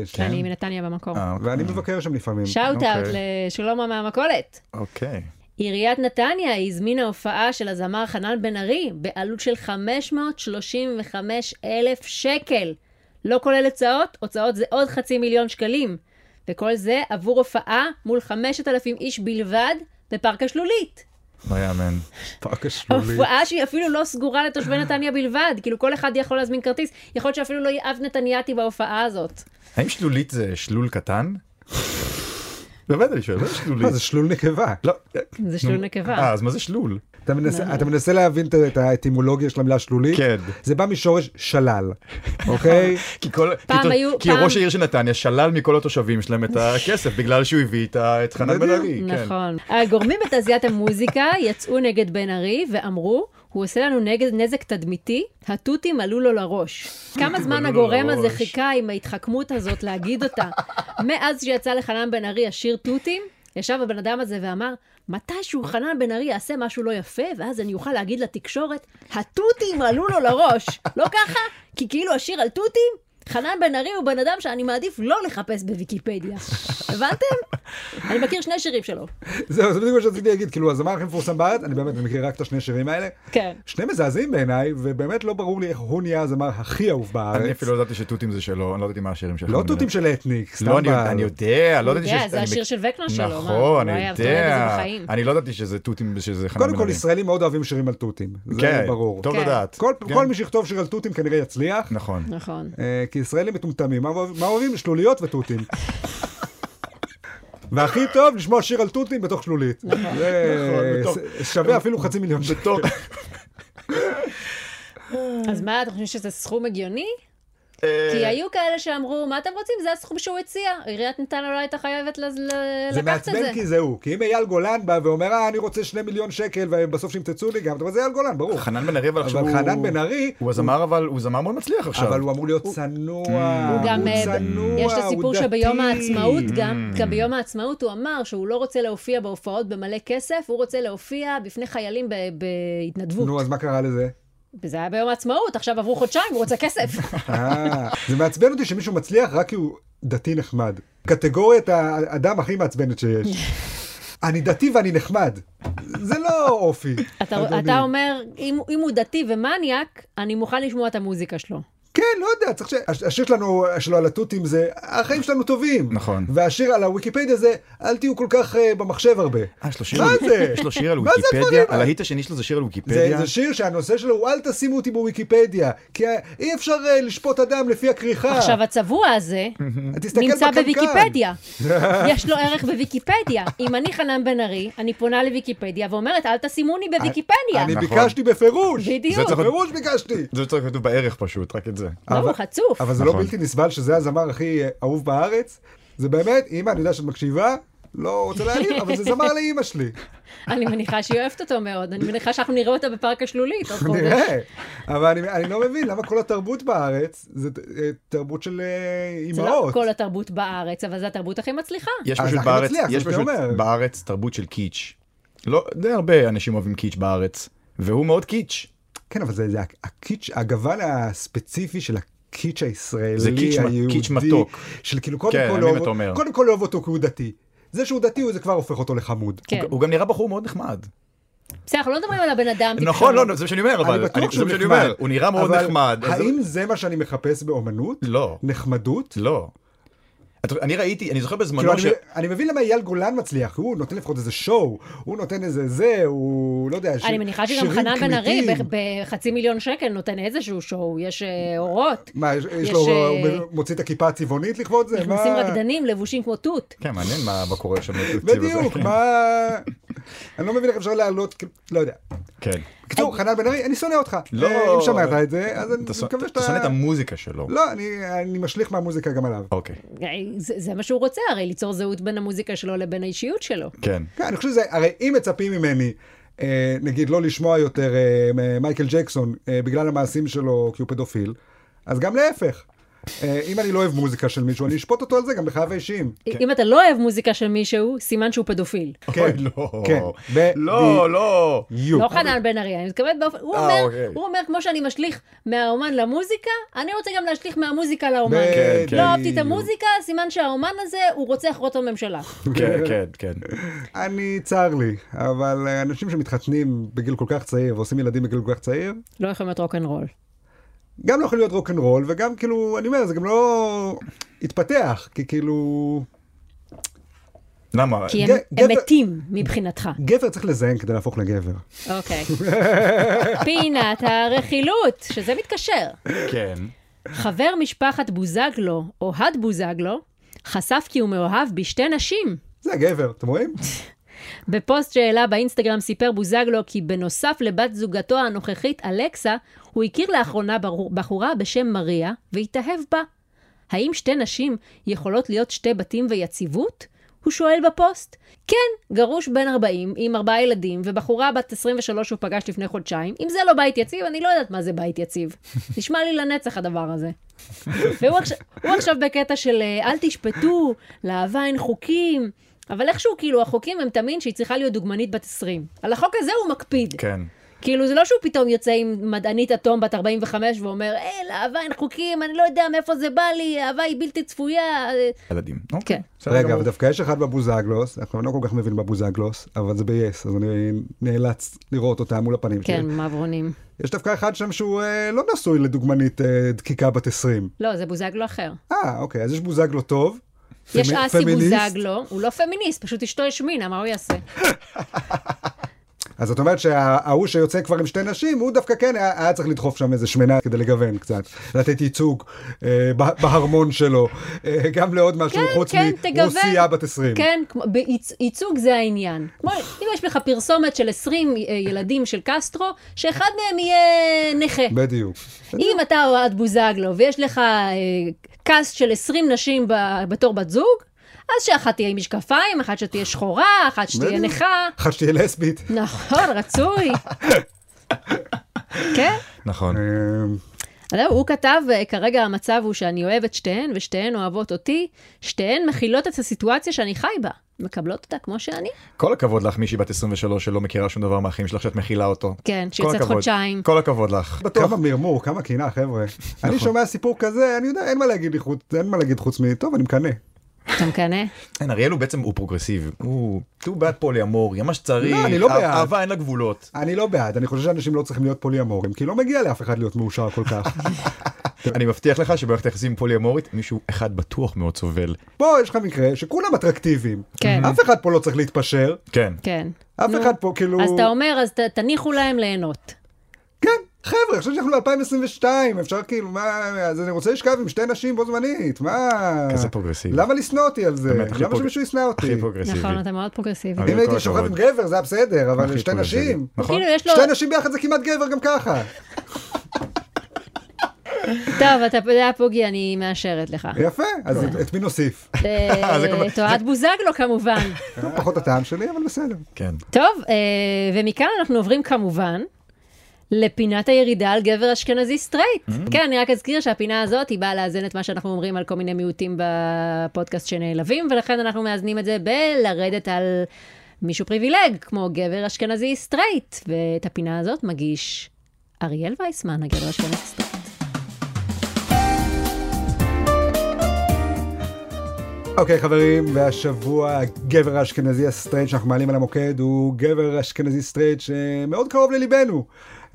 יש.
אני מנתניה במקור.
כן. אה,
ואני מבקר שם לפעמים.
שאוט
אוקיי.
אאוט לשלומה מהמכולת.
אוקיי.
עיריית נתניה הזמינה הופעה של הזמר חנן בן ארי בעלות של 535 אלף שקל. לא כולל הוצאות, הוצאות זה עוד חצי מיליון שקלים. וכל זה עבור הופעה מול 5,000 איש בלבד בפארק השלולית.
לא יאמן.
פאק השלולית.
הופעה שהיא אפילו לא סגורה לתושבי נתניה בלבד, כאילו כל אחד יכול להזמין כרטיס, יכול להיות שאפילו לא יהיה אף נתניאתי בהופעה הזאת.
האם שלולית זה שלול קטן? באמת אני שואל, מה זה שלולית?
מה, זה שלול נקבה.
לא.
זה שלול
נו,
נקבה.
אה, אז מה זה שלול?
אתה
לא,
מנסה- אתה מנסה להבין את- את האטימולוגיה של המילה שלולית?
כן.
זה בא משורש שלל, אוקיי?
כי כל...
פעם
כי תו-
היו-
כי
פעם-
ראש העיר של נתניה שלל מכל התושבים שלהם את הכסף בגלל שהוא הביא את ה- את חנן בן
בדיוק.
ארי. כן.
נכון. הגורמים בתעשיית המוזיקה יצאו נגד בן ארי ואמרו, הוא עושה לנו נגד נזק תדמיתי, התותים עלו לו לראש. כמה זמן
עלו לו
הגורם הזה
לראש.
חיכה עם ההתחכמות הזאת להגיד אותה? מאז שיצא לחנן בן ארי השיר תותים, ישב הבן אדם הזה ואמר, מתישהו חנן בן ארי יעשה משהו לא יפה, ואז אני אוכל להגיד לתקשורת, התותים עלו לו לראש. לא ככה? כי כאילו השיר על תותים? חנן בן ארי הוא בן אדם שאני מעדיף לא לחפש בוויקיפדיה. הבנתם? אני מכיר שני שירים שלו.
זהו, זה בדיוק מה שרציתי להגיד, כאילו, הזמר הכי מפורסם בארץ, אני באמת, אני מכיר רק את השני שירים האלה.
כן.
שני מזעזעים בעיניי, ובאמת לא ברור לי איך הוא נהיה הזמר הכי אהוב בארץ.
אני אפילו לא ידעתי שתותים זה שלו, אני לא ידעתי מה השירים שלו.
אה, לא תותים של אתניק, סתם
לא, אני
בארץ.
יודע- אני יודע, לא
הוא
ידעתי
יודע,
שיש-
זה
אני
השיר
מק-
של וקנר שלו, מה? הוא
נכון, אני
היה טוען את זה
יודע.
בחיים.
אני לא ידעתי שזה תותים, שזה חנן בן ארי.
קודם כל, ישראלים מאוד אוהבים שירים על תותים. זה לא
כן,
ברור.
טוב
כן.
לדעת.
כל
כן.
כל מי שיכתוב שיר על תותים כנראה יצליח.
נכון.
נכון.
אה, כי כי ישראלים מטומטמים, מה מה אוהבים? שלוליות ותותים. והכי טוב לשמוע שיר על תותים בתוך שלולית. זה
נכון,
שווה אפילו חצי מיליון שקל.
בתור...
אז מה, אתה חושב שזה סכום הגיוני?
כן.
אה,
כי היו כאלה שאמרו, מה אתם רוצים? זה הסכום שהוא הציע. עיריית נתניה לא הייתה חייבת לז- ל-
זה
לקחת את
מעצבן
זה.
כי זה הוא. כי אם אייל גולן בא ואומר, אה, אני רוצה שני מיליון שקל, ובסוף שימצצו לי גם, אבל זה אייל גולן, ברור.
חנן בן ארי, אבל עכשיו הוא...
אבל חנן בן ארי,
הוא הזמר, אבל הוא זמר מאוד מצליח עכשיו.
אבל הוא אמור להיות צנוע.
הוא גם, אה,
צנוע,
יש את הסיפור
הוא
שביום
דתי.
העצמאות,
Mm.
גם גם ביום העצמאות הוא אמר שהוא לא רוצה להופיע בהופעות במלא כסף, הוא רוצה להופיע בפני חיילים ב-
נו,
בהתנדבות.
אז מה קרה לזה?
וזה היה ביום העצמאות, עכשיו עברו חודשיים, הוא רוצה כסף.
אה, זה מעצבן אותי שמישהו מצליח רק כי הוא דתי נחמד. קטגוריית האדם הכי מעצבנת שיש. אני דתי ואני נחמד. זה לא אופי.
אתה
אדוני.
אתה אומר, אם אם הוא דתי ומניאק, אני מוכן לשמוע את המוזיקה שלו.
כן, לא יודע, צריך ש... הש- השיר שלנו, שלו על התותים זה, החיים שלנו טובים.
נכון.
והשיר על הוויקיפדיה זה, אל תהיו כל כך אה, במחשב הרבה.
אה, יש לו שיר
מה
על-
זה?
יש לו שיר על
מה זה
ויקיפדיה,
הדברים האלה?
על ההיט השני שלו זה שיר על
זה,
ויקיפדיה.
זה שיר שהנושא שלו הוא אל תשימו אותי בוויקיפדיה, כי אי אפשר אה, לשפוט אדם לפי הכריכה.
עכשיו, הצבוע הזה
תסתכל
נמצא
בקנקן.
בוויקיפדיה. יש לו ערך בוויקיפדיה. אם אני חנן בן ארי, אני פונה לוויקיפדיה ואומרת, אל תשימוני בוויקיפדיה.
אני
נכון.
ביקשתי בפירוש.
בדיוק.
זה צריך להיות-
בפירוש ביקשתי.
זה צריך להיות כתוב בערך פשוט, רק את זה.
לא, הוא
אבל-
חצוף.
אבל זה לא
נכון.
בלתי נסבל שזה הזמר הכי אה, אהוב בארץ. זה באמת, אמא, אני יודע שאת מקשיבה, לא רוצה להעליב, אבל זה זמר לאמא שלי.
אני מניחה שהיא אוהבת אותו מאוד. אני מניחה שאנחנו נראה אותה בפארק השלולית. עוד חודש.
נראה. אבל אני, אני לא מבין למה כל התרבות בארץ זה ת- אה, תרבות של אה,
זה לא
אימהות.
כל התרבות בארץ, אבל זו התרבות הכי מצליחה.
יש
אז
פשוט
הכי
בארץ,
מצליח,
יש
זה
פשוט
אומר.
בארץ תרבות של קיץ'. לא, די הרבה אנשים אוהבים קיץ' בארץ, והוא מאוד קיץ'.
כן, אבל זה, זה הקיץ', הגוון הספציפי של הקיץ' הישראלי,
זה קיץ' מ-
היהודי,
קיץ' מתוק.
של כאילו קודם
כן,
כל אוהב
אני מבין מה אתה אומר.
קודם כל לא אוהב אותו כי הוא דתי. זה שהוא דתי, הוא- זה כבר הופך אותו לחמוד.
כן.
הוא גם נראה בחור מאוד נחמד.
בסדר, אנחנו לא מדברים על הבן אדם.
נכון,
תקשורת.
לא, זה מה שאני אומר,
אני
אבל
בטוח
אני- זה
שהוא
מה שאני
נחמד.
אומר, הוא נראה מאוד
אבל
נחמד. אז זה-
האם זה מה שאני מחפש באומנות?
לא,
נחמדות?
לא. אתה- אני ראיתי, אני זוכר
כאילו,
בזמנו
אני,
ש...
אני מבין למה אייל גולן מצליח, הוא נותן לפחות איזה שואו, הוא נותן איזה זה, הוא לא יודע, ש...
אני מניחה שגם
שירים
חנן בן ארי
קמיטים.
ב- בחצי מיליון שקל נותן איזשהו שואו, יש אה, אורות.
מה, יש, יש
יש,
לו,
אה,
הוא מוציא את הכיפה הצבעונית לכבוד זה?
נכנסים
מה-
רקדנים לבושים כמו תות.
כן, מעניין מה מה קורה שם בתקציב הזה.
בדיוק, מה... אני לא מבין איך אפשר להעלות, כאילו, לא יודע.
כן.
בקיצור, חנן בן ארי, אני שונא אותך.
לא.
אה, אם שמעת את זה, אז אני
אתה שונא-
מקווה שאתה...
אתה שונא את המוזיקה שלו.
לא, אני- אני משליך מהמוזיקה גם עליו.
אוקיי,
אה, זה זה מה שהוא רוצה, הרי ליצור זהות בין המוזיקה שלו לבין האישיות שלו.
כן.
כן, אני חושב שזה, הרי אם מצפים ממני, אה, נגיד לא לשמוע יותר אה, מ- מייקל ג'קסון אה, בגלל המעשים שלו כי הוא פדופיל, אז גם להפך. אה, אם אני לא אוהב מוזיקה של מישהו, אני אשפוט אותו על זה גם בחייו האישיים.
אם אתה לא אוהב מוזיקה של מישהו, סימן שהוא פדופיל.
כן.
אוי, לא.
כן. ב-
לא,
ב-
לא.
יו.
לא חנן בן ארי, אני מתכוונת באופן... הוא
אה,
אומר,
אוקיי.
הוא אומר, כמו שאני משליך מהאומן למוזיקה, אני רוצה גם להשליך מהמוזיקה לאומן.
כן,
כן.
לא אהבתי את
בדיוק.
המוזיקה, סימן שהאומן הזה הוא רוצח ראש הממשלה.
כן, כן, כן.
אני, צר לי, אבל אה, אנשים שמתחתנים בגיל כל כך צעיר ועושים ילדים בגיל כל כך צעיר,
לא יכולים להיות רוקנרול.
גם לא יכול להיות רוקנרול, וגם כאילו, אני אומר, זה גם לא התפתח, כי כאילו,
למה?
כי הם
ג-
הם
גבר-
מתים מבחינתך.
גבר צריך לזיין כדי להפוך לגבר.
אוקיי. פינת הרכילות, שזה מתקשר.
כן.
חבר משפחת בוזגלו, אוהד בוזגלו, חשף כי הוא מאוהב בשתי נשים.
זה הגבר, אתם רואים?
בפוסט שהעלה באינסטגרם סיפר בוזגלו כי בנוסף לבת זוגתו הנוכחית אלכסה, הוא הכיר לאחרונה בר- בחורה בשם מריה והתאהב בה. האם שתי נשים יכולות להיות שתי בתים ויציבות? הוא שואל בפוסט. כן, גרוש בן 40 עם ארבעה ילדים ובחורה בת 23 שהוא פגש לפני חודשיים. אם זה לא בית יציב, אני לא יודעת מה זה בית יציב. נשמע לי לנצח הדבר הזה. והוא עכשיו, הוא עכשיו בקטע של אה, אל תשפטו, לאהבה אין חוקים. אבל איכשהו, כאילו, החוקים הם תמיד שהיא צריכה להיות דוגמנית בת 20. על החוק הזה הוא מקפיד.
כן.
כאילו, זה לא שהוא פתאום יוצא עם מדענית אטום בת 45 ואומר, אה, לאהבה אין חוקים, אני לא יודע מאיפה זה בא לי, אהבה היא בלתי צפויה. אה,
ילדים. אוקיי.
כן.
בסדר
רגע,
גמור.
אבל דווקא יש אחד בבוזגלוס, אנחנו אני לא כל כך מבין בבוזגלוס, אבל זה ב-yes, אז אני נאלץ לראות אותה מול הפנים שלי.
כן, מעברונים.
יש דווקא אחד שם שהוא אה, לא נשוי לדוגמנית אה, דקיקה בת 20.
לא, זה בוזגלו אחר.
אה, אוקיי, אז יש בוזגלו טוב.
יש
פמ-
אסי
פמיניסט.
בוזגלו, הוא לא פמיניסט, פשוט אשתו השמינה, מה הוא יעשה?
אז זאת אומרת שההוא שיוצא כבר עם שתי נשים, הוא דווקא כן היה, היה צריך לדחוף שם איזה שמנה כדי לגוון קצת, לתת ייצוג אה, בה- בהרמון שלו, אה, גם לעוד משהו חוץ מרוסייה בת 20.
כן, כמו- בייצ- ייצוג זה העניין. כמו, אם יש לך פרסומת של 20 אה, ילדים של קסטרו, שאחד מהם יהיה נכה.
בדיוק.
אם אתה אוהד בוזגלו ויש לך אה, קאסט של 20 נשים ב- בתור בת זוג, אז שאחת תהיה עם משקפיים, אחת שתהיה שחורה, אחת שתהיה
בדיוק.
נכה.
אחת שתהיה לסבית.
נכון, רצוי. כן?
נכון.
אה,
לא, הוא כתב, אה, כרגע המצב הוא שאני אוהב את שתיהן, ושתיהן אוהבות אותי, שתיהן מכילות את הסיטואציה שאני חי בה. מקבלות אותה כמו שאני.
כל הכבוד לך, מישהי בת 23 שלא מכירה שום דבר מהחיים שלך, שאת מכילה אותו.
כן,
כל
שיוצאת
הכבוד.
חודשיים.
כל הכבוד לך.
כמה מרמור, כמה קנאה, חבר'ה. אני שומע סיפור כזה, אני יודע, אין מה להגיד לי חוץ, אין מה להגיד חוץ מ... טוב, אני מקנא.
אתה מקנא?
כן, אריאל הוא בעצם הוא פרוגרסיב. הוא too bad פוליאמוריה, מה שצריך.
לא, אני לא
אה-
בעד.
אהבה אין לה גבולות.
אני לא בעד, אני חושב שאנשים לא צריכים להיות פוליאמורים, כי לא מגיע לאף אחד להיות מאושר כל כך.
אני מבטיח לך שבמערכת היחסים פוליאמורית, מישהו אחד בטוח מאוד סובל.
פה יש לך מקרה שכולם אטרקטיביים.
כן.
אף אחד פה לא צריך להתפשר,
כן.
כן.
אף
נו.
אחד פה כאילו...
אז אתה אומר, אז ת- תניחו להם ליהנות.
כן, חבר'ה, עכשיו שאנחנו ב-2022, אפשר כאילו, מה... אז אני רוצה לשכב עם שתי נשים בו זמנית, מה...
כזה פרוגרסיבי.
למה לשנוא אותי על זה?
באמת, הכי
למה
פרוג-
שמישהו ישנא אותי?
הכי פרוגרסיבי.
נכון, אתה מאוד פרוגרסיבי.
אם
כל
הייתי
הכבוד.
שוכב עם גבר זה היה בסדר, אבל
הכי
שתי
פרוגרסיבי.
נשים?
נכון.
כאילו, יש לו...
שתי נשים ביחד זה כמעט גבר גם ככה.
טוב, אתה יודע, פוגי, אני מאשרת לך.
יפה, אז את מי נוסיף?
אה,
זה כל-
את אוהד בוזגלו כמובן.
טוב, פחות הטעם שלי, אבל בסדר.
כן.
טוב, אה, ומכאן אנחנו עוברים כמובן לפינת הירידה על גבר אשכנזי סטרייט.
Mm.
כן, אני רק אזכיר שהפינה הזאת היא באה לאזן את מה שאנחנו אומרים על כל מיני מיעוטים בפודקאסט שנעלבים, ולכן אנחנו מאזנים את זה בלרדת על מישהו פריבילג, כמו גבר אשכנזי סטרייט. ואת הפינה הזאת מגיש אריאל וייסמן, הגבר האשכנזי סטרייט.
אוקיי חברים, והשבוע הגבר האשכנזי הסטרייט שאנחנו מעלים על המוקד הוא גבר אשכנזי סטרייט שמאוד קרוב לליבנו,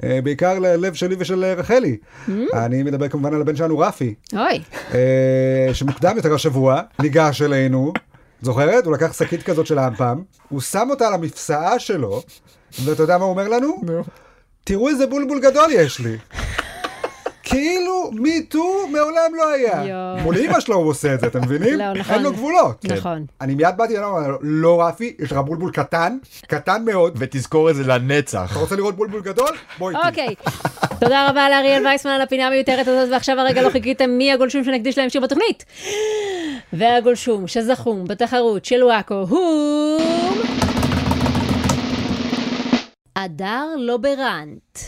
אה, בעיקר ללב שלי ושל אה, רחלי. אני מדבר כמובן על הבן שלנו רפי,
אוי,
אה, שמוקדם יותר השבוע ניגש אלינו, זוכרת? הוא לקח שקית כזאת של האמפם, הוא שם אותה על המפסעה שלו, ואתה יודע מה הוא אומר לנו? תראו איזה בולבול גדול יש לי. כאילו מיטו מעולם לא היה.
יואו.
מול אימא שלו הוא עושה את זה, אתם מבינים?
לא, נכון.
אין לו גבולות.
נכון.
אני מיד באתי אליו, אמרתי לו, לא רפי, יש לך בולבול קטן, קטן מאוד.
ותזכור את זה לנצח.
אתה רוצה לראות בולבול גדול? בוא איתי.
אוקיי. תודה רבה לאריאל וייסמן על הפינה המיותרת הזאת, ועכשיו הרגע לא חיכיתם מי הגולשום שנקדיש להם שיר בתוכנית. והגולשום שזכום בתחרות של וואקו הוא... הדר לוברנט.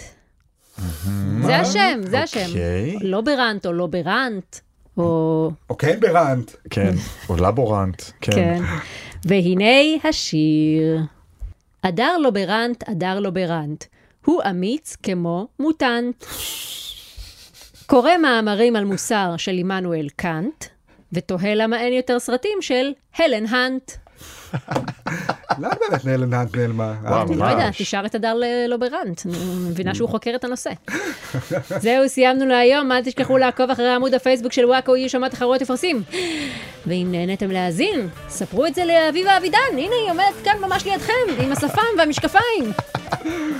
זה השם, זה השם.
אוקיי.
לוברנט או לוברנט, או...
או כן ברנט.
כן. או לבורנט.
כן. והנה השיר. לא הדר לוברנט, הדר לוברנט. הוא אמיץ כמו מוטנט. קורא מאמרים על מוסר של עמנואל קאנט, ותוהה למה אין יותר סרטים של הלן האנט.
למה באמת נעלמה? נעלמה?
וואו,
לא יודעת,
ממש.
תשאר את הדר ל- לוברנט, אני מבינה שהוא חוקר את הנושא. זהו, סיימנו להיום, אל תשכחו לעקוב אחרי עמוד הפייסבוק של וואקו, יהיו שם תחרויות ופרסים. ואם נהניתם להאזין, ספרו את זה לאביבה אבידן, הנה היא עומדת כאן ממש לידכם, עם השפם והמשקפיים.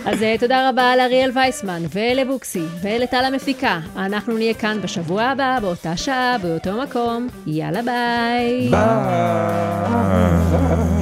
אז אה, תודה רבה לאריאל וייסמן, ולבוקסי, ולטל המפיקה. אנחנו נהיה כאן בשבוע הבא, באותה שעה, באותו מקום. יאללה ביי.
ביי.